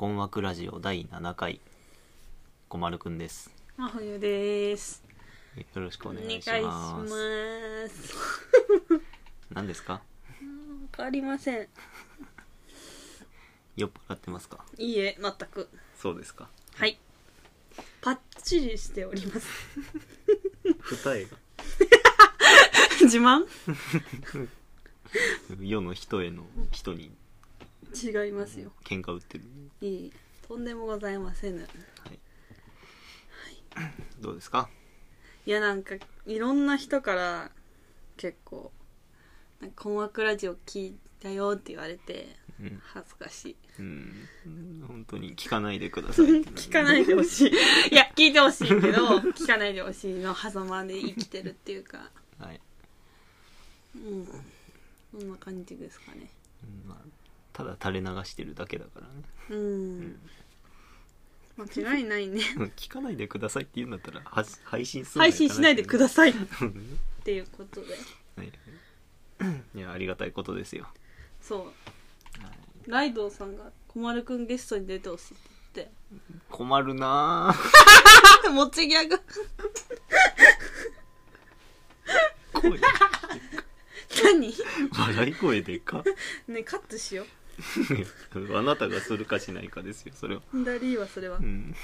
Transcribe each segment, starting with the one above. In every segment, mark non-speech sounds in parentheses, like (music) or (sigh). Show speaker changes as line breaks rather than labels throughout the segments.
マクラジオ第7回小丸くんです
真冬です。
よろしくお願いし
お
ま
願い
す
します。
何ですか
わかりません。
酔っ払ってますか
いいえ、全く。
そうですか
はい。パッチリしております。
二重が
(laughs) 自慢
世の人への人に
違いますよ。
喧嘩売ってる、
いえいえ、とんでもございませぬ。
はい、どうですか
いや、なんか、いろんな人から、結構、なんか、困惑ラジオ聞いたよって言われて、
うん、
恥ずかしい。
うん、本当に聞かないでください
(laughs) 聞かないでほしい。 (laughs) いや、聞いてほしいけど、聞かないでほしいの狭間で生きてるっていうか。
はい、
うん。こんな感じですかね。
うんまあ、ただ垂れ流してるだけだからね (laughs)
うん。間違いない (laughs) ね。
うん聞かないでくださいって言うんだったらは配信する
配信しないでくださいっ
さい
ていうことで。
(laughs) はいいやありがたいことですよ、
そう。ライドウさんが、小丸くんゲストに出てほしいって
困るなぁ
言って。持ちギャグ。
声
(laughs) 何
(laughs) 笑い声でか (laughs)
ねカットしよ
あなたがするかしないかですよそれは
う。ダリーはそれは
う。ん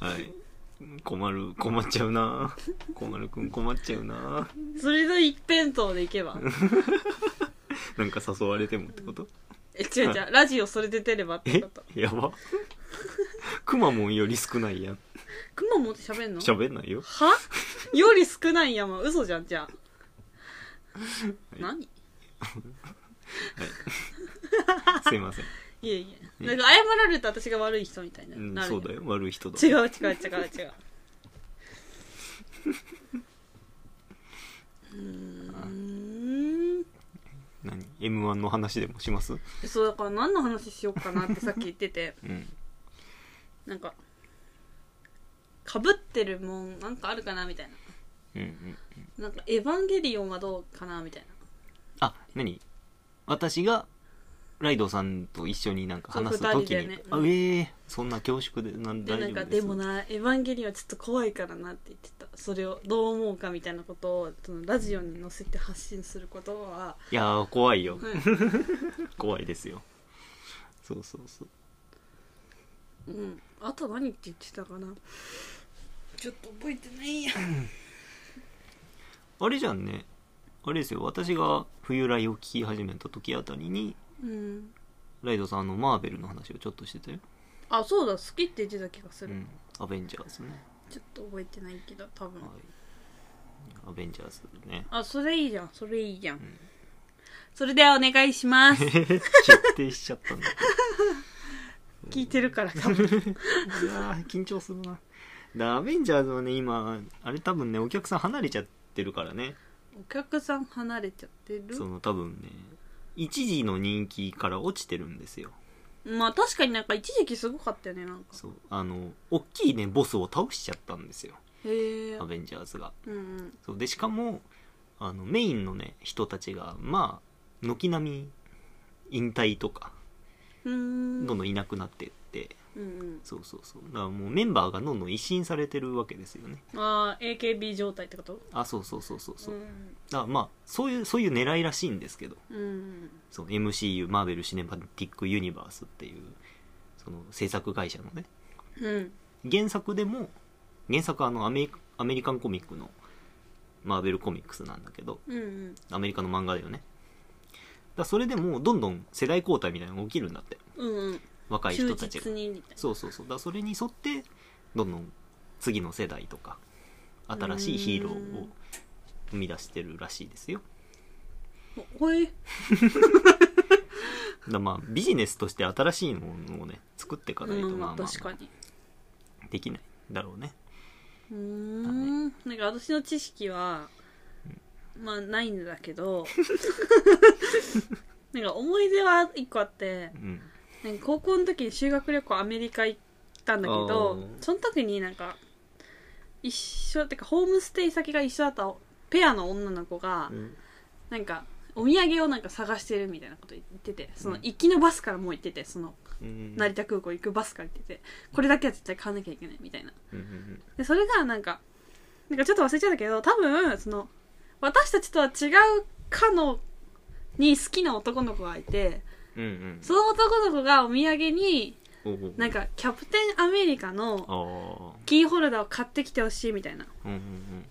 はい困る困っちゃうなぁ困るくん困っちゃうなぁ
それの一辺倒でいけば。
なんか誘われてもってこと
え、違う違 (laughs) う。ラジオそれで出ればって
え
こと。
やばくまモンより少ないやん
くまモンって喋んの
喋んない
(laughs)
よ
はより少ないやもん嘘じゃんじゃあ、
い
何い
すいません
えいえなんか謝られた私が悪い人みたいにな,、
うん
なる
そうだよ悪い人だ
違う違う違う違ううーん
何 m 1の話でもします
そうだから何の話しようかなってさっき言って
(laughs)
て
うん
なんかかぶってるもんなんかあるかなみたい
うんうん
ななんか「エヴァンゲリオン」はどうかなみたいな
あ何私がライドさんと一緒になんか話す
そう
時
二人で
に、
ね
あ
う
え
ん
えそんな恐縮でなん
で
大
なん
丈
か
夫で
ですもな「エヴァンゲリオン」はちょっと怖いからなって言ってたそれをどう思うかみたいなことをそのラジオに載せて発信することは、
いやー怖いよ
う、
(laughs) 怖いですよそうそうそうん
うん、あと何って言ってたかなちょっと覚えてないや
あれじゃんねあれですよ私が冬来を聞き始めた時あたりに
うん
ライドさんのマーベルの話をちょっとしてたよ、
あそうだ好きって言ってた気がす
う
る、
ん、アベンジャーズね、
ちょっと覚えてないけど多分
はい、アベンジャーズね
あそれいいじゃんそれいいじゃん、
ん
それではお願いします (laughs)
決定しちゃったんだ
聞いてるから多分
いやー緊張するなだアベンジャーズはね今あれ多分ねお客さん離れちゃってるからね
お客さん離れちゃってる
その多分ね一時の人気から落ちてるんですよ
まあ確かになんか一時期すごかったよねなんか
そうあの大きいねボスを倒しちゃったんですよ
へえ
アベンジャーズが
うんうん
そうでしかもあのメインのね人たちがまあ軒並み引退とか
うーん
どんどんいなくなってって
うん
そうそうそうだからもうメンバーがどんどん一新されてるわけですよね
うん、ああ AKB 状態ってこと
あそうそうそうそうそううんだからまあそういうそういう狙いらしいんですけど
うん
その MCU マーベル・シネマティック・ユニバースっていうその制作会社のね
うん
原作でも原作はあのアメリアメリカンコミックのマーベルコミックスなんだけど
うんうん
アメリカの漫画だよねだそれでもどんどん世代交代みたいなのが起きるんだって
うんうん
若い人
忠
たち
実
が
にみたい
そうそうそうだそれに沿ってどんどん次の世代とか新しいヒーローを生み出してるらしいですよ
なおほい
だまあビジネスとして新しいものをね作っていか
う
ないと
ん
まあ
まあ
ま
確かに
あできないだろうね
うーんなんか私の知識はまあないんだけ (laughs) どなんか思い出は一個あって
うん
なんか高校の時に修学旅行アメリカ行ったんだけど
あー
その時になんか一緒てかホームステイ先が一緒だったペアの女の子が、なんかお土産をなんか探してるみたいなこと言っててその
うん
行きのバスからもう行っててその
うん
成田空港行くバス借りててこれだけは絶対買わなきゃいけないみたいな
うんうん
でそれがなんかなんかちょっと忘れちゃったけど多分その私たちとは違うかのに好きな男の子がいて
うんうん
その男の子がお土産に
うんおう
なんかキャプテンアメリカの
ああ
キーホルダーを買ってきてほしいみたいな
うんうん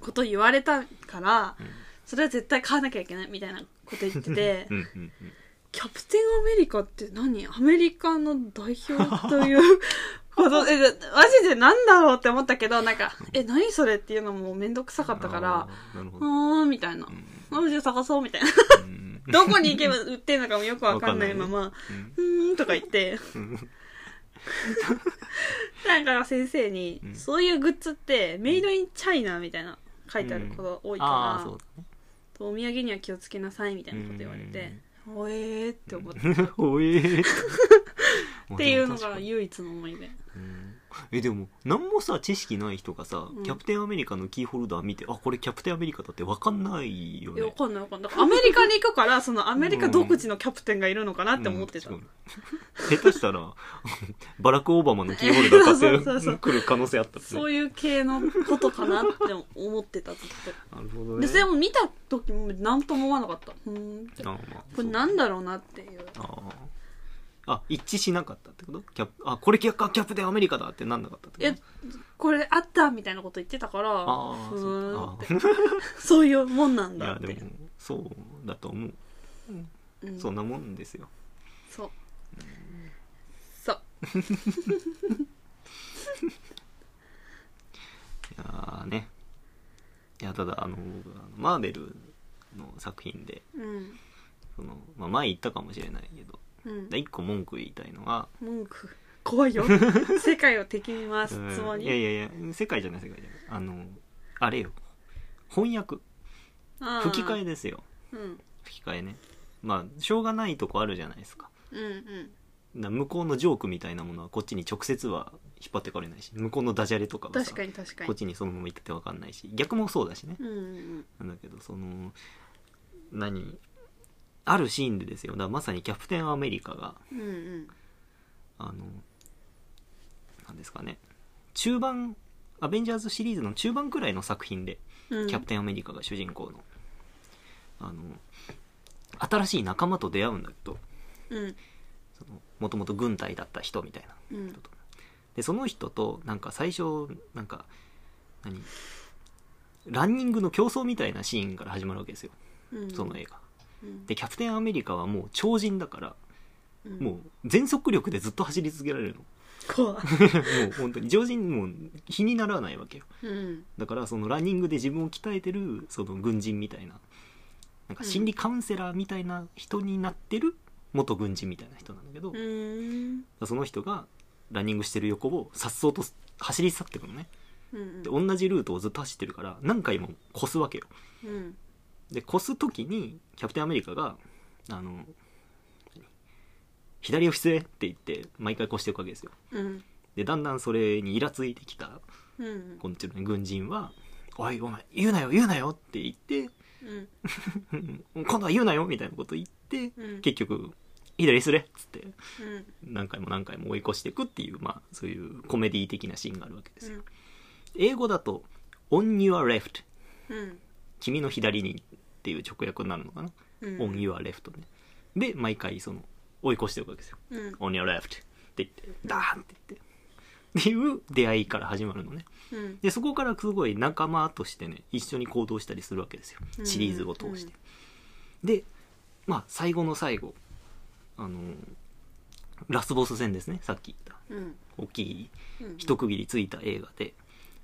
ことを言われたから
うん
それは絶対買わなきゃいけないみたいなこと言ってて
うんうんうんうん
キャプテンアメリカって何アメリカの代表という
(laughs)
こと、え、マジでなんだろうって思ったけど、なんか、え、何それっていうのもめんどくさかったから、
あーなる
う
ほど
ーん、みたいな
う。ん
あじゃあ探そう
(laughs)
みたいな。
うん
どこに行けば売ってんのかもよくわかんないまま、
うん
うーんとか言って、なんか先生に
う、ん
そういうグッズって、メイドインチャイナみたいな書いてあることが多い
ああ
か
そう
ら、お土産には気をつけなさいみたいなこと言われて、おえーって思って、
だねおえー
っていう
ま
の
あでも確
が
かに
唯一の思い出。
うんえでも何もさ知識ない人がさ、
うん
キャプテンアメリカのキーホルダー見てあこれキャプテンアメリカだって分かんないよ
い
ね
やわかんないわかんないだからアメリカに行くからそのアメリカ独自のキャプテンがいるのかなって思ってた、
うん違う下手したらバラク・オバマのキーホルダー
そ
買っ
うそうそ
て
う
くる可能性あったっ
そういう系のことかなって思ってたずっ
なるほど
と
ね
でそれも見た時も何とも思わなかったうーん
あ、まあ、
これなんだろうなっていう
そうあーあ一致しなかったってことキャプあこれキャキャプテンアメリカだってなんなかったって
え
こと
これあったみたいなこと言ってたから
あ
ふ
ー
ーんって
そうか
そういうもんな
あ
ん
ーい
だ
や
っ
で
て
もそうだと思う、
うん
そんなもんですよ
そうそう
いやーねいやただあの僕あのマーベルの作品で
うん
その、まあ、前言ったかもしれないけど
うん
一個文句言いたいのは
文句
(laughs)
怖いよ世界を敵に回すつも
いや
り
いやいや世界じゃない世界じゃないあのあれよ翻訳
あー
吹き替えですよ
うん
吹き替えねまあしょうがないとこあるじゃないですか
うんうん
な向こうのジョークみたいなものはこっちに直接は引っ張ってこれないし向こうのダジャレとかはさ
確かに確かに
こっちにそのまま言ってて分かんないし逆もそうだしね
うんうん
なんだけどその何あるシーンでですよだからまさにキャプテンアメリカが
うんうん
あのなんですかね中盤アベンジャーズシリーズの中盤くらいの作品で
うん
キャプテンアメリカが主人公の,、あの新しい仲間と出会うんだけど
うん
もともと軍隊だった人みたいな
うん
人とでその人となんか最初なんか何ランニングの競争みたいなシーンから始まるわけですよ
うん
その映画
うん
でキャプテンアメリカはもう超人だから
うん
もう全速力でずっと走り続けられるの (laughs)
怖い
もう本当に常人もう比にならないわけよ
うん
だからそのランニングで自分を鍛えてるその軍人みたいななんか心理カウンセラーみたいな人になってる元軍人みたいな人なんだけど、
うん
その人がランニングしてる横をさっそうと走り去ってくのね
うん
で同じルートをずっと走ってるから何回も越すわけよ
うん
で越す時にキャプテンアメリカがあの何左を失礼って言って毎回越していくわけですよ
うん
でだんだんそれにイラついてきた
うん
こっちの軍人は「おいお前言うなよ言うなよ」って言って
うん
うん今度は言うなよみたいなこと言って、
うん
結局「左すれ」っつって
うん
何回も何回も追い越していくっていうまあそういうコメディ的なシーンがあるわけです
う
よ、
ん
英語だと「on your left
うん
君の左に」っていう直訳になるのかな
う
「
ん
on your left ね」で毎回その追い越していくわけですよ
うん
「on your left」って言ってダーンって言ってっていう出会いから始まるのね
うん
でそこからすごい仲間としてね一緒に行動したりするわけですよ
うん
シリーズを通して、でまあ最後の最後あのーラスボス戦ですねさっき言っ
うん
た大きい
うん
一区切りついた映画で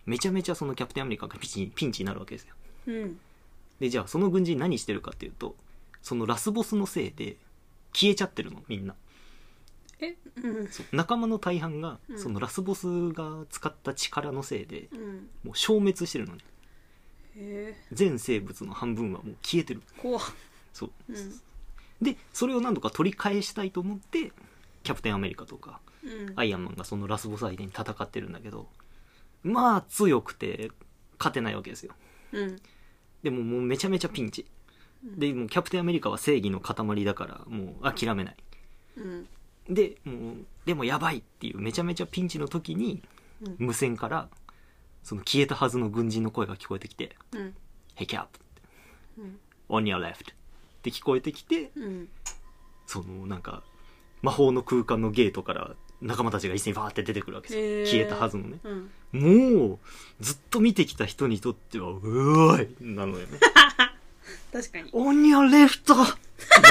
めちゃめちゃそのキャプテンアメリカがピンチピンチになるわけですよ
うん
でじゃあその軍人何してるかっていうとそのラスボスのせいで消えちゃってるのみんな
えうん
そう仲間の大半が
うん
そのラスボスが使った力のせいで
うん
もう消滅してるのね
へえ
全生物の半分はもう消えてる
怖っ
そう
うん
でそれを何度か取り返したいと思ってキャプテンアメリカとか
うん
アイアンマンがそのラスボス相手に戦ってるんだけどまあ強くて勝てないわけですよ
うん
でももうめちゃめちゃピンチ
うん
でもうキャプテンアメリカは正義の塊だからもう諦めない
うん
でもうでもやばいっていうめちゃめちゃピンチの時に
うん
無線からその消えたはずの軍人の声が聞こえてきて
うん
「Hey Cap
うん
on your left」って聞こえてきて
うん
そのなんか魔法の空間のゲートから仲間たちが一斉にバーって出てくるわけですよ、
へー
消えたはずのね
うん
もうずっと見てきた人にとってはうわいなのよ
(laughs)
ね
確かに
オニアレフトな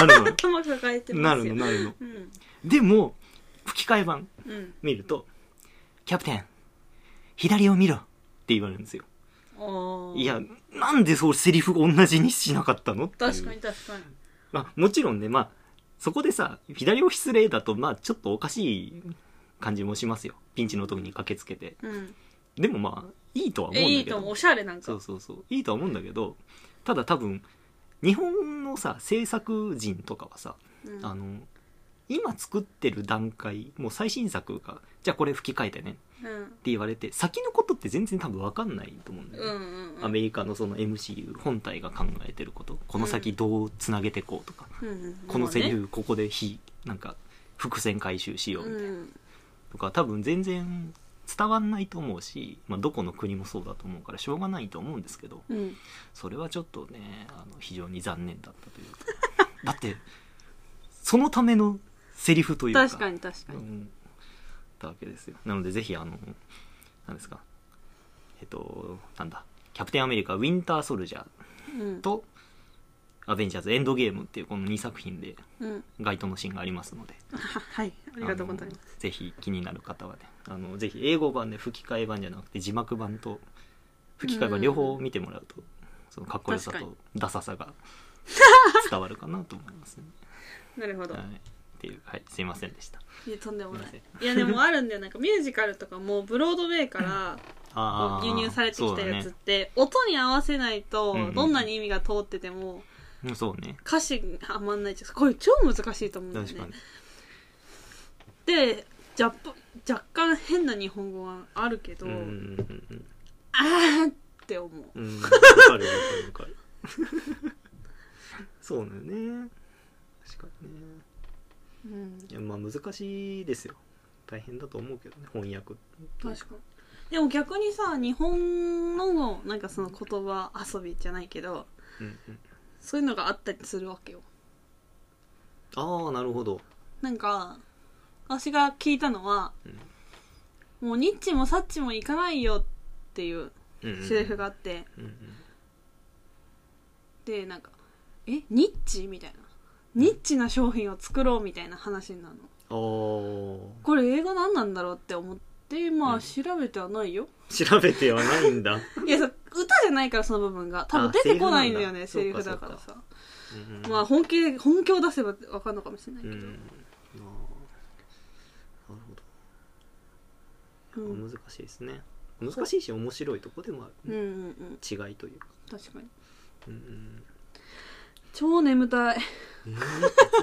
る
(laughs)
のよ
頭抱えて
な
ます
るのな
よ
るの
うん
でも吹き替え版
うん
見ると「キャプテン左を見ろ」って言われるんですよ
ああ
いやなんでそうセリフ同じにしなかったのっていう
確かに確かに
まあ、もちろんねまあそこでさ左を失礼だとまあちょっとおかしい感じもしますよピンチの時に駆けつけて
うん
でもまあいいとは思うんだ
え
けど
いいと思うおしゃれなん
そ
か
うそうそういいとは思うんだけどただ多分日本のさ制作人とかはさ、
うん
あの今作ってる段階もう最新作がじゃあこれ吹き替えてねって
うん
言われて先のことって全然多分分かんないと思うんだよ
う
ね、
んうん
アメリカのその MCU 本体が考えてることこの先どうつなげてこうとか、
うんうん
このセリ
ま
フここで非なんか伏線回収しよ
あ
う
ね
みたいな
うん
とか多分全然伝わんないと思うし、まあ、どこの国もそうだと思うからしょうがないと思うんですけど
うん
それはちょっとねあの非常に残念だったというか
(laughs)
だってそのためのセリフというか
確かに確か
う
に
んたわけですよなのでぜひあの何ですかえっとなんだ「キャプテンアメリカウィンター・ソルジャー
うん」
と「アベンジャーズ・エンドゲーム」っていうこの2作品で
うん
該当のシーンがありますので
ははいありがとうございます
あのぜひ気になる方はねあのぜひ英語版で吹き替え版じゃなくて字幕版と吹き替え版両方見てもらうと、そのかっこよさ
確か
とダサさ
(laughs)
が伝わるかなと思いますね、
なるほど
はい、っていうはいすいませんでした
いやとんでもない
すい
いやでもあるんだよなんかミュージカルとかもブロードウェイから
あー
輸入されてきたやつっ
そ
て、音に合わせないと
うんうん
どんなに意味が通ってても
うだねそうね
歌詞がはまんないですこれ超難しいと思うんだよ
確か
ね
に
でジャポ若干変な日本語はあるけど、
うんうんうん
あーって思う
うんうんわかるわかるわかるそうだよね確かにね
うん
いやまあ難しいですよ大変だと思うけどね翻訳
確かにでも逆にさ日本のなんかその言葉遊びじゃないけど
うんうん
そういうのがあったりするわけよ
ああなるほど
なんか私が聞いたのは、もうニッチもサッチも行かないよっていうセリフがあって、
うんうん
でなんか「えニッチ?」みたいな「ニッチな商品を作ろう」みたいな話になるの
ああ
これ映画何なんだろうって思ってま
う
あ
ん
調べてはないよ、
調べてはないんだ
いやさ歌じゃないからその部分が多分
あ
出てこないんだよねセ
セ
リ
リ
フ
フ
だ
なんだ
からさ
うん
まあ本気本気を出せば分かんのかもしれないけ
うん
ど、
あーなるほ
うん、うん
ど難しいですね難しいし面白いとこでもあ
うんう
る、
ん
違いというか
確かに
うんうん
超眠たい
えー突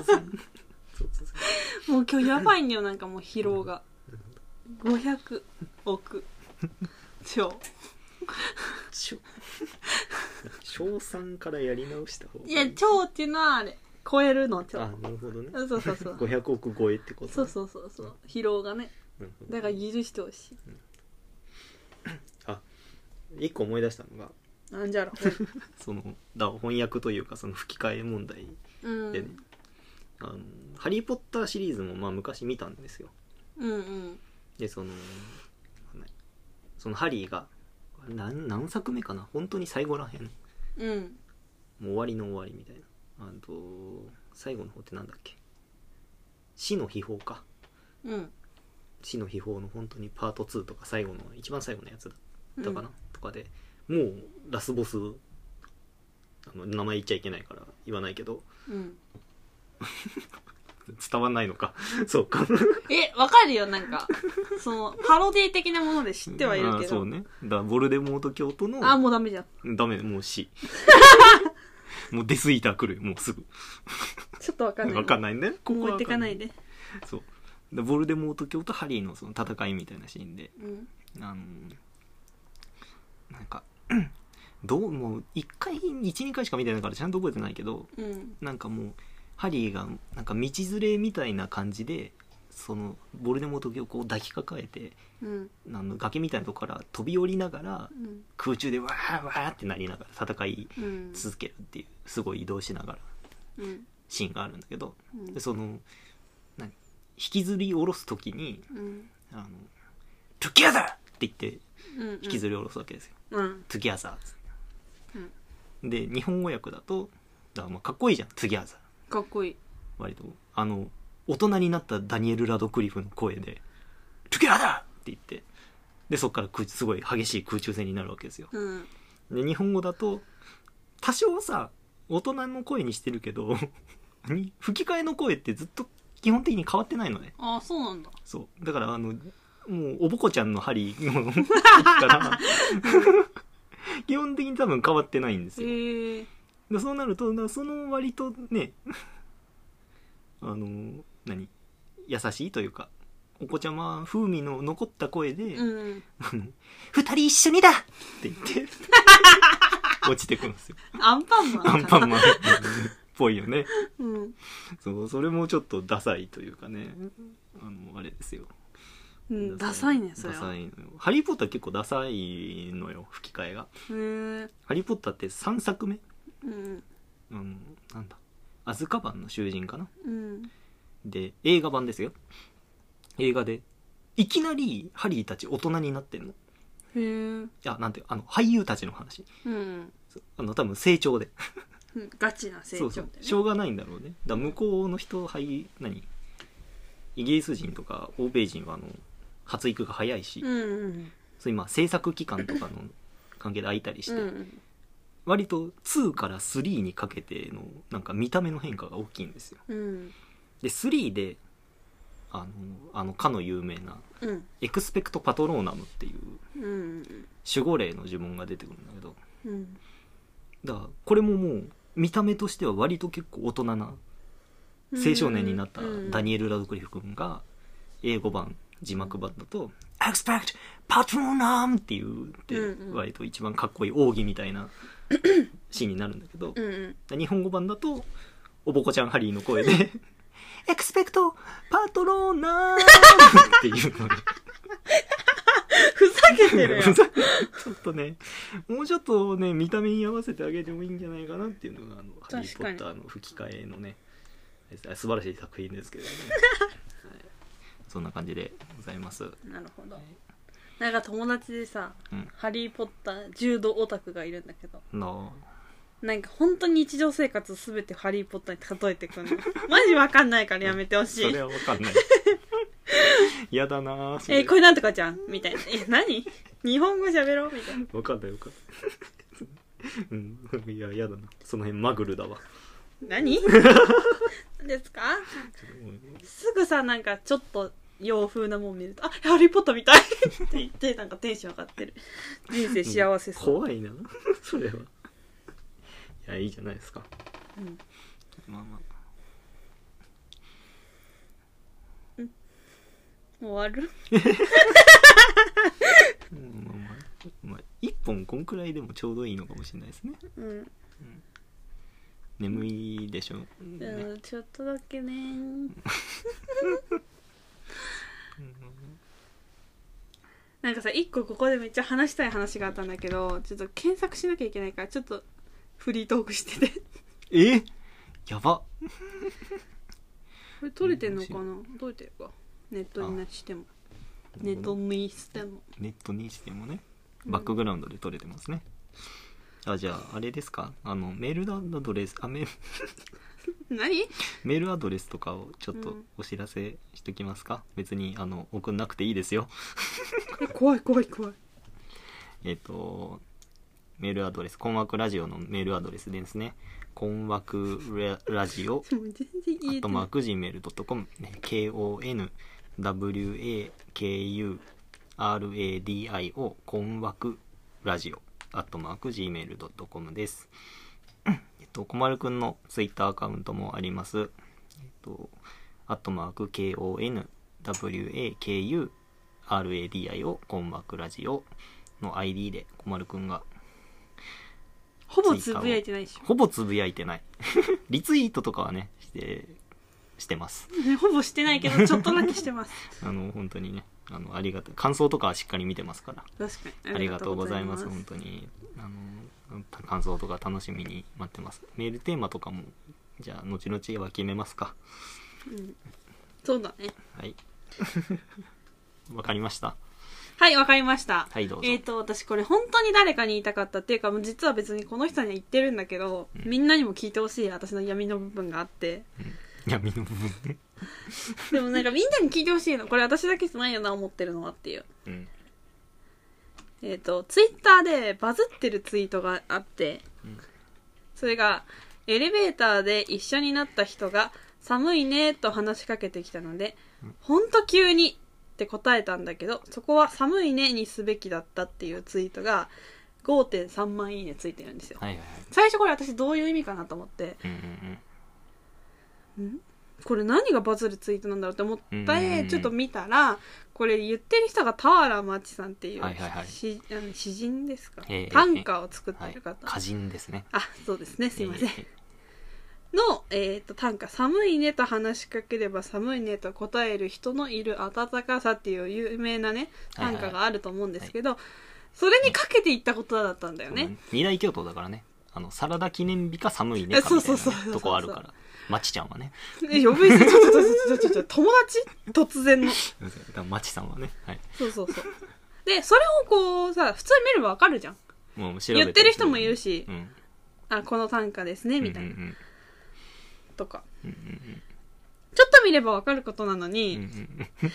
然突然
もう今日やばいんだよなんかもう疲労が500億超
ちょ小三からやり直した方が
いや超っていうのはあれ超えるの超
あなるほどね
そうそうそう
500億超えってことね
そうそうそうそう疲労がね
なるほど
だから許してほしい
あ一個思い出したのが
なんじゃろ
そのだ翻訳というかその吹き替え問題 (laughs)
う、うん、
でね、あの「ハリー・ポッター」シリーズもまあ昔見たんですよ
うんうん
でそのそのハリーが何何作目かな本当に最後らへんも
うん
う終わりの終わりみたいなあと最後の方ってなんだっけ死の秘宝か
うん
死の秘宝の本当にパート2とか最後の一番最後のやつだ
うん
ったかな、とかでもうラスボスあの名前言っちゃいけないから言わないけど
うん
伝わんないのか (laughs) そうか
えわかるよなんかそのパロディ的なもので知ってはいる
まあ
け
そ
ど、
うねだボルデモート教徒の
あもうダメじゃん
ダメもう
(laughs)
死もうデスイーター来るよもうすぐ
ちょっとわかんない
わかん
ない
ないねこ
もう
は
置いてかない
わ
で
かんないそうでボルデモート教とハリーのその戦いみたいなシーンで
うん
あのなんか (clears throat) どうもう1回12回しか見てないからちゃんと覚えてないけど
うん
なんかもうハリーがなんか道連れみたいな感じでそのボルデモートをこう抱きかかえて
うん
あの崖みたいなとこから飛び降りながら
うん
空中でわーわーってなりながら戦い
うん
続けるっていうすごい移動しながら
うん
シーンがあるんだけど
うん
でその何引きずり下ろす時に
うん
「あのトゥギャザー!」って言って
うん
引きずり下ろすわけですよ「
うん
トゥギャザー」で日本語訳だとだからまあかっこいいじゃん「トゥギャザー
かっこいい」
割とあの大人になったダニエル・ラドクリフの声で「トゥギャザー!」って言ってでそこから空すごい激しい空中戦になるわけですよ
うん
で日本語だと多少さ大人の声にしてるけど (laughs) に吹き替えの声ってずっと基本的に変わってないのね
ああそうなんだ
そうだからあのもうおぼこちゃんの針の (laughs) 時から (laughs) 基本的に多分変わってないんですよ
へえ
でそうなるとなその割とね (laughs) あの何優しいというかお子ちゃま風味の残った声で「
うん
(laughs) 二人一緒にだ!」って言って
(laughs)
落ちてくんですよ
アンパンマンかな
アンパンマンっぽいよね
うん
そうそれもちょっとダサいというかねあのあれですよ
うんダサいね
ダ
それは
サ
へ
いのよハリー・ポッター結構ダサいのよ吹き替えが
え
ハリー・ポッターって3作目
うん
あのなんだアズカバンの囚人かな
うん
で映画版ですよ映画でいきなりハリーたち大人になってんのい
へえ
やなんていうあの俳優たちの話
うん
あの多分成長で
うんガチな成
そう
長だ
そう
よね
しょうがないんだろうねだから向こうの人俳何イギリス人とか欧米人はあの発育が早いし、
うん
そういうまあ制作期間とかの関係で空いたりし
う
て、
んうん
割と2から3にかけてのなんか見た目の変化が大きいんですよ
うん
で3であのあのかの有名な
うん
エクスペクト・パトローナムっていう
うん
守護霊の呪文が出てくるんだけど
うん
だからこれももう見た目としては割と結構大人な青少年になったダニエル・ラドクリフ君が英語版字幕版だと「エクスペクト・パトローナム」っていうって
うんうん
割と一番かっこいい奥義みたい
(coughs)
なシーンになるんだけど
うんうん
日本語版だとおぼこちゃんハリーの声で「エクスペクトパトローナー」っていうので
ふざけ
(laughs)
てるよ
ちょっとねもうちょっとね見た目に合わせてあげてもいいんじゃないかなっていうのが「あのハリー・
確
ポ
か
ッ
に
ター」の吹き替えのね素晴らしい作品ですけどね、はいそんな感じでございます
なるほどなんか友達でさ
うん
「ハリー・ポッター」柔道オタクがいるんだけど
の
なんか本当に日常生活すべてハリー・ポッターに例えてくるの (laughs) マジわかんないからやめてほし
そ
い
れは分かんない嫌だなぁそ
え
れ
ーこれなんとかじゃん (laughs) みたいな「え何 (laughs) 日本語喋ろう」みたいな
分かんない分かんない (laughs) うんいや嫌だなその辺マグルだわ
「何? 」 (laughs) ですかすぐさなんかちょっと洋風なもん見ると「あハリー・ポッターみたい」 (laughs) って言ってなんかテンション上がってる人生幸せそう、
怖いなそれはいやいいじゃないですか
うん
まあまあ
終わる
うんまあまあ、まあ、1本こんくらいでもちょうどいいのかもしれないですね
うん、
眠いでしょ、
う
ね
ん、ちょっとだけねなんかさ一個ここでめっちゃ話したい話があったんだけどちょっと検索しなきゃいけないからちょっとフリートークしてて
えやば
これ取れてんのかなどうやってるかネットになしてもネットにしても
ネットにしてもね
うん
バックグラウンドで撮れてますね、あじゃああれですかあのメールアドレスあメ (laughs)
何
メールアドレスとかをちょっと
うん
お知らせしときますか、別にあの送んなくていいですよ
え怖い怖い怖い
えっ、と、メールアドレス、困惑ラジオのメールアドレスですね。困惑ララジオ、
もう全然
ア
言え
ッ
て
ト
な
マ
い
ーク Gmail.com、konwakuradio、困惑ラジオ、アットマーク Gmail.com です。えっと、こまるくんのツイッターアカウントもあります。えっと、アットマーク KONWAKURADIO、困惑ラジオの ID で、こまるくんが
ほぼつぶやいてないでしょ
(laughs) ほぼつぶやいてないリツイートとかはねしてしてます
ねほぼしてないけどちょっとだけしてます
あの本当にねあのありがたい感想とかはしっかり見てますから
確か (laughs) に
ありがとうございます本当にあのた感想とか楽しみに待ってますメールテーマとかもじゃあ後々は決めますか
うんそうだね (laughs)
はいわかりました
はいわかりました
はいどうぞ、
えっ、と私これ本当に誰かに言いたかったっていうかもう実は別にこの人には言ってるんだけど、
うん
みんなにも聞いてほしい私の闇の部分が
(laughs)
あって
闇の部分ね
でもなんかみんなに聞いてほしいのこれ私だけじゃないよな思ってるのはっていう
うん
えっ、とツイッターでバズってるツイートがあって
うん
それがエレベーターで一緒になった人が寒いねと話しかけてきたので
うん
ほんと急にって答えたんだけどそこは寒いねにすべきだったっていうツイートが5.3万いいねついてるんですよ
はいはいはい
最初これ私どういう意味かなと思って
うんうん
これ何がバズるツイートなんだろうって思っ
うんうんう
て
ん
ちょっと見たらこれ言ってる人が俵真知さんっていう
はいはいはい
しあの詩人ですか
ええ
短歌を作っ
うんは
て
い
る方
歌人ですね
あそうですねすいません
ええ
の、えー、と短歌「寒いね」と話しかければ寒いねと答える人のいる温かさっていう有名なね
はいはい
短
はい
歌があると思うんですけど、それにかけていったことだったんだよね。
二大京都だからねあのサラダ記念日か寒いねかみたい
そうそうそう
な
そう
ねとこあるからまちちゃんはね
え呼び捨てちょちょちょちょちょ友達突然の。
だからまちさんはねはい
そうそうそう。でそれをこうさ普通に見ればわかるじゃん。
もう調べ
言ってる人もいるし
う、ん
あこの短歌ですねみたいな、
うんうん
とか
うんうん
ちょっと見ればわかることなのに、
うんうん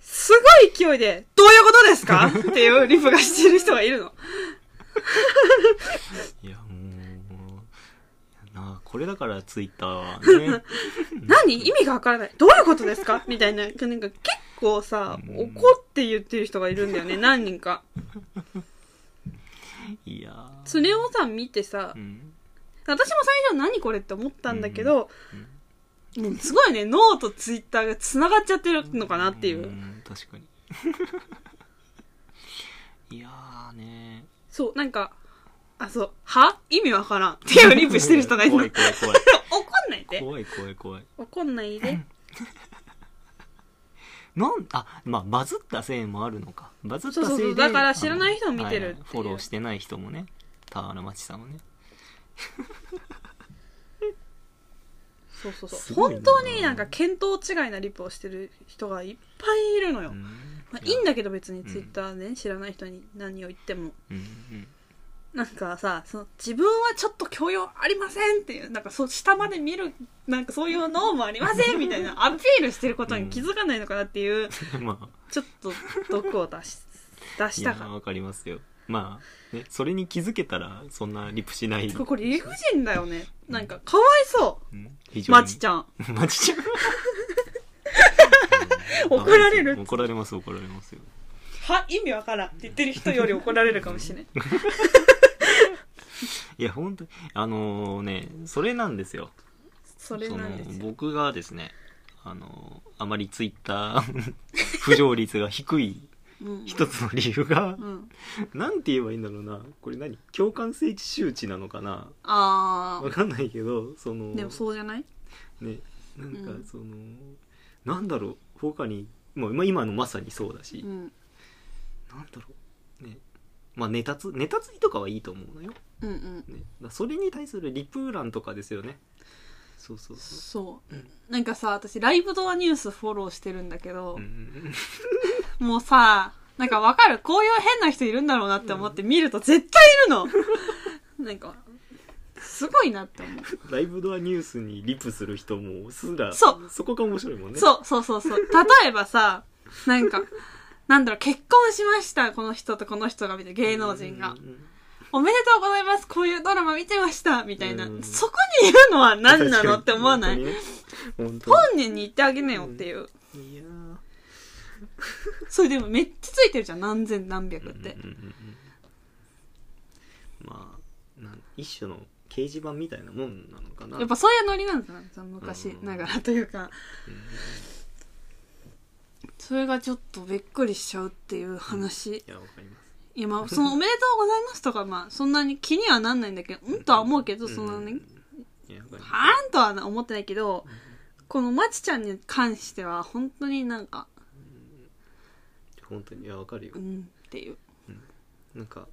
すごい勢いで、どういうことですかっていうリプがしてる人がいるの。
いやもうなあこれだからツイッターはね
何意味がわからない。どういうことですかみたいな。なんか結構さ、
うん
怒って言ってる人がいるんだよね、何人か。
いやー
それをさ、見てさ
う、ん
私も最初何これって思ったんだけど、
うん
もうすごいね、脳とツイッターが繋がっちゃってるのかなっていう。
ん確かにいやーね
そう、なんか、あ、そう、は意味わからん。っていうリプしてる人がいるの。
怖
怒
い
ん
怖い怖い
ないで。
怖い怖い怖い
怒んないで。
なんあまあバズったせいもあるのかバズったせいで
そうそうそうだから知らない人を見て
あの
るっていう
フォローしてない人もね田原町さんもね
そうそうそ
す
う。
ごいな
本当になんか見当違いなリプをしてる人がいっぱいいるのよ。
うん
まあ、いいん
だ
だけど別にツイッターね、知らない人に何を言っても
うんうん
なんかさその自分はちょっと教養ありませんっていうなんかそう下まで見るなんかそういう脳もありませんみたいなアピールしてることに気づかないのかなっていう、
まあ
ちょっと毒を出し出
い
し
や
たか
ー
ら
わかりますよまあねそれに気づけたらそんなリプしない
てかこれ理不尽だよねなんかかわいそ
うん非
う
常に
まちちゃん
(laughs) マジちゃ
(laughs)
んうん
怒られる
怒られます怒られますよ
は意味わからんって言ってる人より怒られるかもしれない
いや本当にあのねそれなんですよ
(laughs) それなんです
そ
よ
の僕がですねあのあまりツイッター (laughs) 浮上率が低い
うん
一つの理由が
うん、
なんて言えばいいんだろうなこれ何共感性周知なのかな
あ
わかんないけどその
ーでもそうじゃない
ねなんか
うん
その、なんだろう他に、まあ、まあ今のまさにそうだし、
うん
なんだろうねまあネタつネタついとかはいいと思うのよ、ね、
うんうん
だからそれに対するリプ欄とかですよねそうそうそう
そう、
うん
なんかさ私ライブドアニュースフォローしてるんだけど
う、ん
もうさなんかわかるこういう変な人いるんだろうなって思って見ると絶対い (laughs) るの、なんかすごいなって思
(laughs)
う、
ライブドアニュースにリプする人もすら
そう
こが面白いもんねう
そうそうそうそう例えばさなんかなんだろう結婚しましたこの人とこの人がみたいな芸能人が、おめでとうございますこういうドラマ見てましたみたいな、
うん
そこにいるのは何なのって思わない
本当
本人に言ってあげなよっていう、
にねいやー
それでもめっちゃついてるじゃん何千何百って、
うんうんうんうんまあなん一種の掲示板みたいなもんなのかな
やっぱそういうノリなんだなその昔
うん
ながらというか、それがちょっとびっくりしちゃうっていう話、
いやわかります
今その「おめでとうございます」とかまあそんなに気にはなんないんだけどうんとは思うけどそんな
う
ね
んいやわかります
はーんとは思ってないけどこのまちちゃんに関しては本当になんか
本当にいやわかるよ
うんっていう
なんか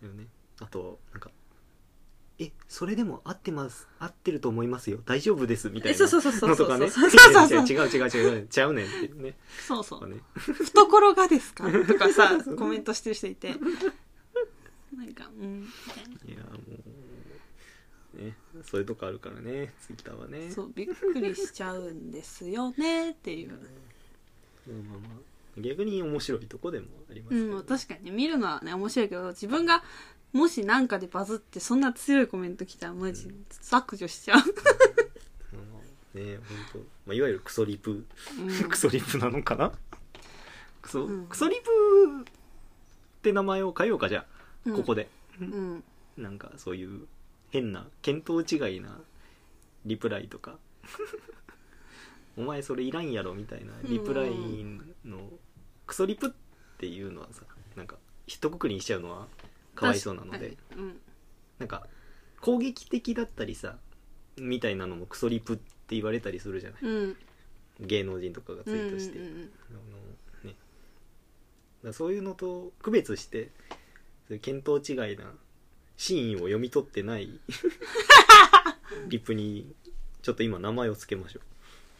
だよねあとなんか「えそれでも合ってます合ってると思いますよ大丈夫です」みたい
え
な
そうそうそうそう
の
そ
と
う
か
そう
ね
そうそう
いやいや違う違う違う違うちゃうねんってね
そうそ
とか
う
ね
懐がですかと
(laughs)
かさコメントしてる人いてなんかうんみたい
いやもうねそういうとこあるからねツイッターはね
なそうびっくりしちゃうんですよねっていう
でもまあまあ逆に面白いとこでもありますけ
う
ど、
んまあ確かに見るのはね面白いけど自分がもしなんかでバズってそんな強いコメント来たらマジ削除しちゃう、
まあまあね本当、まあ、いわゆるクソリプ、
うん
クソリプなのかなクソ、
うん
クソリプって名前を変えようかじゃあ、ここで
うん
なんかそういう変な見当違いなリプライとか (laughs) お前それいらんやろみたいなリプライのクソリプっていうのはさなんか一括りにしちゃうのはかわいそうなので
確かにうん
なんか攻撃的だったりさみたいなのもクソリプって言われたりするじゃない
うん
芸能人とかがツイートして、
うんう
あ
ん
のね、だからそういうのと区別してそういう見当違いなシーンを読み取ってない
(laughs)
リップにちょっと今名前を付けましょ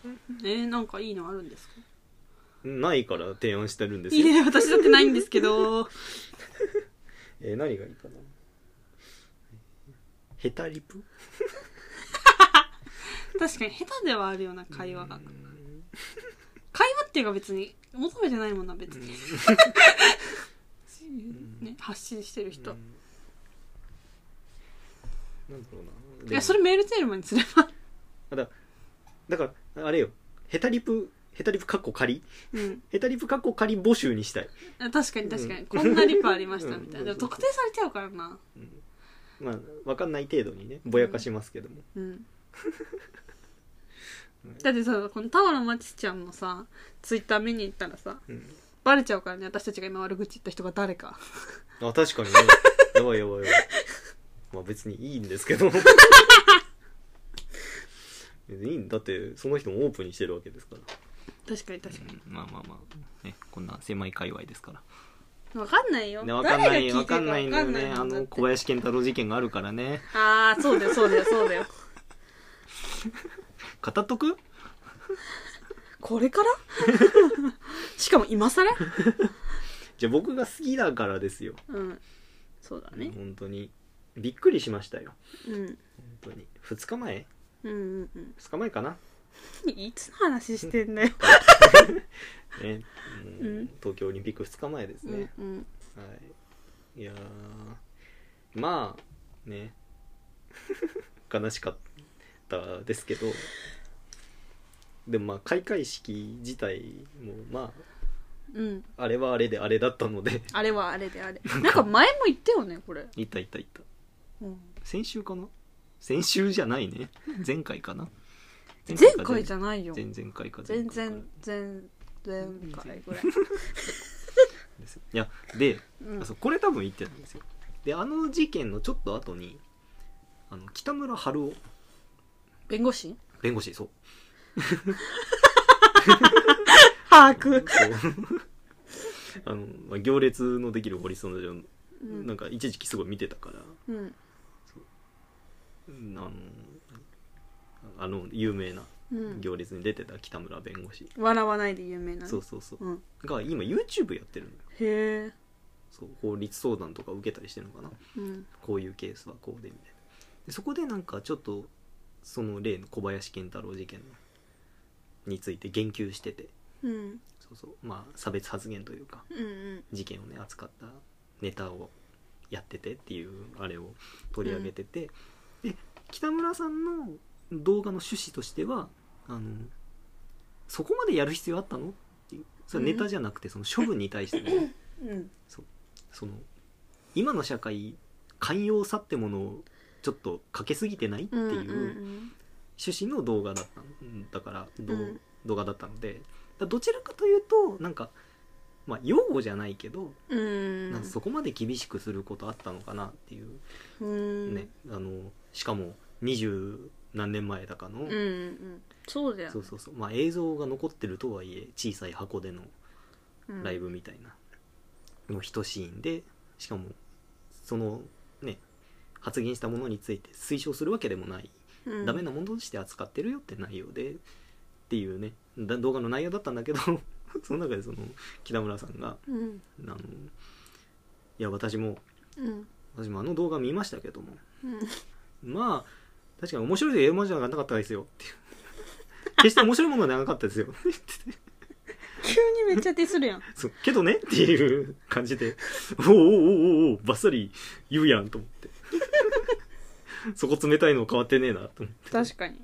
うんえー、なんかいいのあるんですか
うないから提案してるんです
い
よ、
や私だってないんですけ
(laughs)
ど
えー何がいいかなヘタリプ
確かに下手ではあるような会話が
うん
会話っていうか別に求めてないもんな別に、 (laughs) ね、発信してる人、
うんなんだろうない
やそれメールテーマにすれば、
あだだからあれよヘタリプヘタリプかっこ仮
うん、
ヘタリプかっこ仮募集にしたい
確かに確かに、
うん
こんなリプありましたみたいな、
うん
でも特定されちゃうからな
まあ、わかんない程度にね、ぼやかしますけども。 (laughs)
うん
うん
だってさこのタワのまちちゃんのさツイッター見に行ったらさ
うん
バレちゃうからね私たちが今悪口言った人が誰か
あ、確 (laughs) かにね。やばいやばいやばい。まあ別にいいんですけど。別 (laughs) にいいんだって、その人もオープンにしてるわけですから。
確かに確か
まあまあまあ、ね、こんな狭い界隈ですから。
にわかんないよ
ね、わかんない、わ
誰が聞いて
かん
る
ないんだよね。
わか
あ
んないもんだっ
の、
て
小林健太郎事件があるからね。
ああそうだよそうだよそうだよ
語っとく
こ
(laughs)
れからしかも今更
じゃあ僕が好きだからですよ。
うんそうだね
本当に。びっくりしましたよ。
うん
本当に。2日前
うんうんうん
?2 日前かな、
いつの話してんだよ、
ね、もう
うん
東京オリンピック2日前ですね。
うん
はい、いやーまあね (laughs) 悲しかったですけどでもまあ開会式自体もま
うんうん
ああれはあれであれだったので (laughs)
あれはあれであれなんか前も言ったよねこれ、
いったいったいった
うん、
先週かな先週じゃないね前回かな
前回じ
ゃ
ゃないよ
前々回か
全
々回か
然全前回ぐらい、
ですいやで
うん
あ、そうこれ多分言ってたんですよであの事件のちょっと後にあの北村春夫
弁護士
弁護士そう (laughs)
把握、
そうあの、まあ、行列のできるホリストの女
う
なん
ん
か一時期すごい見てたから、
うん
うんあのあの有名な
うん、
行列に出てた北村弁護士、
笑わないで有名なね
そうそうそう
うん、
が今 YouTube やってるのよ
へえ、
そう法律相談とか受けたりしてるのかな
うん、
こういうケースはこうでみたいなでそこでなんかちょっとその例の小林健太郎事件のについて言及してて
うん
そうそうまあ差別発言というか
うんうん
事件をね扱ったネタをやっててっていうあれを取り上げてて、で北村さんの動画の趣旨としてはあのそこまでやる必要あったのっていうそれはネタじゃなくてその処分に対してね、
うん
その今の社会寛容さってものをちょっとかけすぎてないって
うん
いううん趣旨の動画だったんだから、どう
うん
動画だったのでだからどちらかというとなんか、まあ、擁護じゃないけど
うんうん
なんかそこまで厳しくすることあったのかなっていう
うん
ね、あのしかも二十何年前だかの
うんうんそうだよ
そうそうそうまあ映像が残ってるとはいえ小さい箱での
うん
ライブみたいなの一シーンでしかもそのね発言したものについて推奨するわけでもない、
うん
ダメなものとして扱ってるよって内容でっていうねだ動画の内容だったんだけど (laughs) その中でその北村さんが
うん
あのいや私も
うん
私もあの動画見ましたけども
うん
まあ確かに面白いで絵文字はなかったですよっていう (laughs) 決して面白いものではなかったですよ
急にめっちゃディスるやん
そうけどねっていう感じで (laughs) おおおおおおばっさり言うやんと思って (laughs) そこ冷たいの変わってねえなと思って
確かに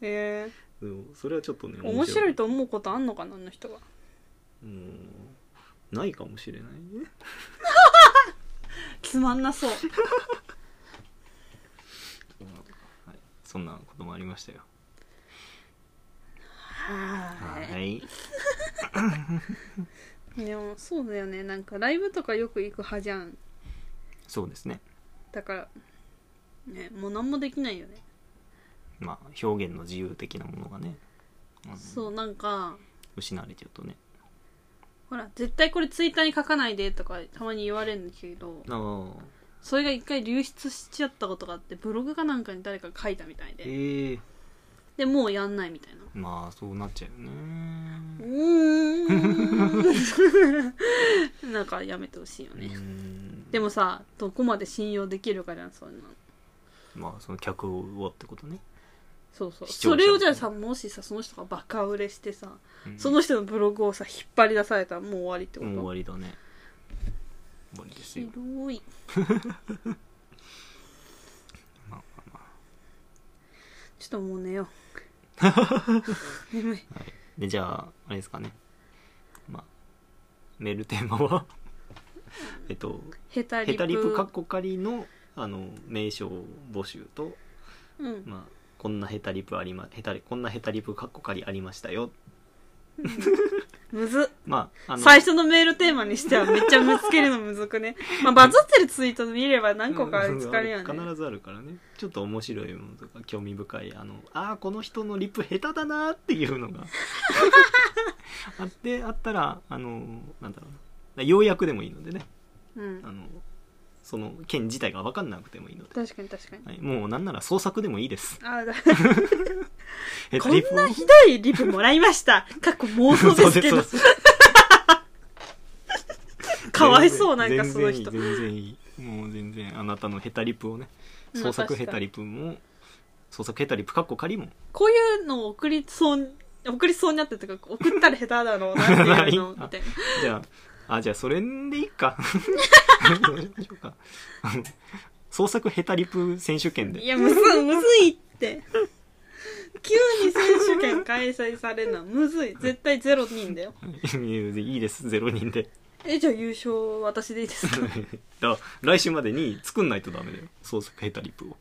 え
うんそれはちょっとね
ー、面白いと思うことあんのかなあの人が
うんないかもしれないね
つまんなそう
はい、そんなこともありましたよ
はーい
い
でもそうだよねなんかライブとかよく行く派じゃん
そうですね
だからねもう何もできないよね、
まあ表現の自由的なものがね、うん
そうなんか
失われちゃうとね
ほら絶対これツイッターに書かないでとかたまに言われるんだけど
ああ
それが一回流出しちゃったことがあってブログかなんかに誰かが書いたみたいで
ええ
でもうやんないみたいな
まあそうなっちゃうよね
うーん (laughs) なんかやめてほしいよね、
うん
でもさどこまで信用できるかじゃんそんなの
まあその客をってことね、
そうそう
視聴者
それをじゃあさもしさその人がバカ売れしてさ
うん
その人のブログをさ引っ張り出されたらもう終わりってこ
もう終わりだ
と
ね終わりですよ
ひ
(laughs)
どい
まあまあま
ちょっともう寝よう眠い
あはい、でじゃああれですかねまあメールテーマは (laughs) えっと
ヘタ
「
リプ
ヘタリプカッコカリの」あの名称募集と、
うん、
まあ、こんなヘタリプありまヘタリこんなヘタリプカッコカリありましたよ
むずっ
まああの
最初のメールテーマにしてはめっちゃむつけるのむずく
(laughs)
ね、まあ、バズってるツイート見れば何個か見つかるよね、
うん必ずあるからねちょっと面白いものとか興味深いあのあーこの人のリップ下手だなーっていうの
(laughs)
があってあったらあのなんだろうなようやくでもいいのでね
うん
あ、のその件自体が分かんなくてもいいので、
確かに確かに
はい、もうなんなら創作でもいいです
あーだ
ヘ
こ
タ
ん
リップ
なひどいリプもらいましたかっこ妄想ですけ
(laughs)
ど
そうです
かわいそうなんかその人
全然全然いい全然いいもう全然あなたのヘタリップをね
うん
創作ヘタリップも創作ヘタリップかっこ仮も
こういうのを送りそう送りそうになってるというか送ったら下手だろうなっていうのみたい
(laughs)
(laughs) な
じゃあ、あ、じゃあ、それでいいか。どうしましょうか。あの創作ヘタリプ選手権
い
で。
や、むずい、むずいって。急に選手権開催されるのはむずい。絶対ゼロ人だよ。
いいです、0人で。
え、じゃあ優勝私でいいです (laughs) か
だから来週までに作んないとダメだよ。創作ヘタリプを。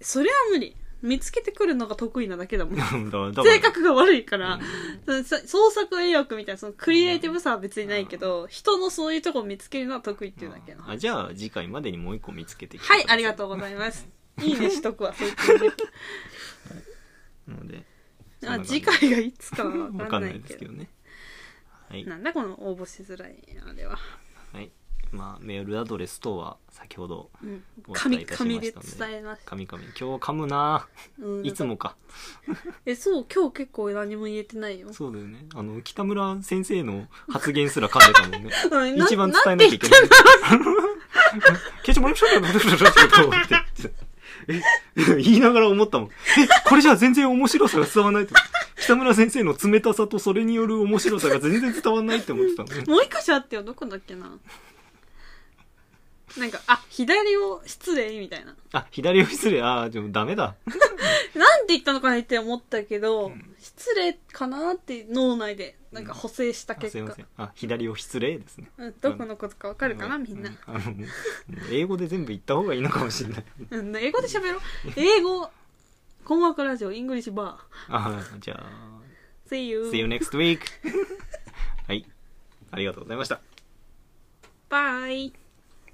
それは無理。見つけてくるのが得意なだけだ (laughs) もん。
だから多分
性格が悪いから、
う
さ創作意欲みたいな、そのクリエイティブさは別にないけど、人のそういうとこを見つけるのは得意っていうんだけど。は
あじゃあ、次回までにもう一個見つけてきてくださ
い、ありがとうございます。いいねしとくわ、そう言って
う。なので、
るあ、次回がいつ
(laughs)
かはわ
わ
か
か
ん
ん
な
ないいで
け
すけ。
ど
どね。はい。
なんだこの応募しづらい、あれは。
はい。まあ、メールアドレス等は先ほど、
うん
お。伝え
紙、
いたしましたので
紙で伝えまし
かみかみ。今日噛むな
うん
いつもか。
えそう今日結構何も言えてな
(laughs)
いよ
そうだよね。あの、北村先生の発言すら噛んでたもんね。
うん
一番伝えなきゃいけない。 (laughs) ケチもらいましょうかって言ってえ、言いながら思ったもん。え、これじゃ全然面白さが伝わらないと。北村先生の冷たさとそれによる面白さが全然伝わらないって思ってたもんね。
もう一箇所あってよどこだっけななんかあ左を失礼みたいな
あ、左を失礼。ああ、でもダメだ。
なんて言ったのかなって思ったけど、失礼かなって脳内でなんか補正した
あす
結
いま
果
せ、ん。あ、左を失礼ですね。
うん、どこのことかわかるかな、
う
みんな、
あの、もう英語で全部言った方がいいのかもしれない。
うん、英語で喋ろう英
(laughs)
語困惑ラジオイングリッシュバ
あーじゃあ、
ー See you,
see you next week. はい。ありがとうございました。
bye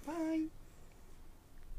Bye.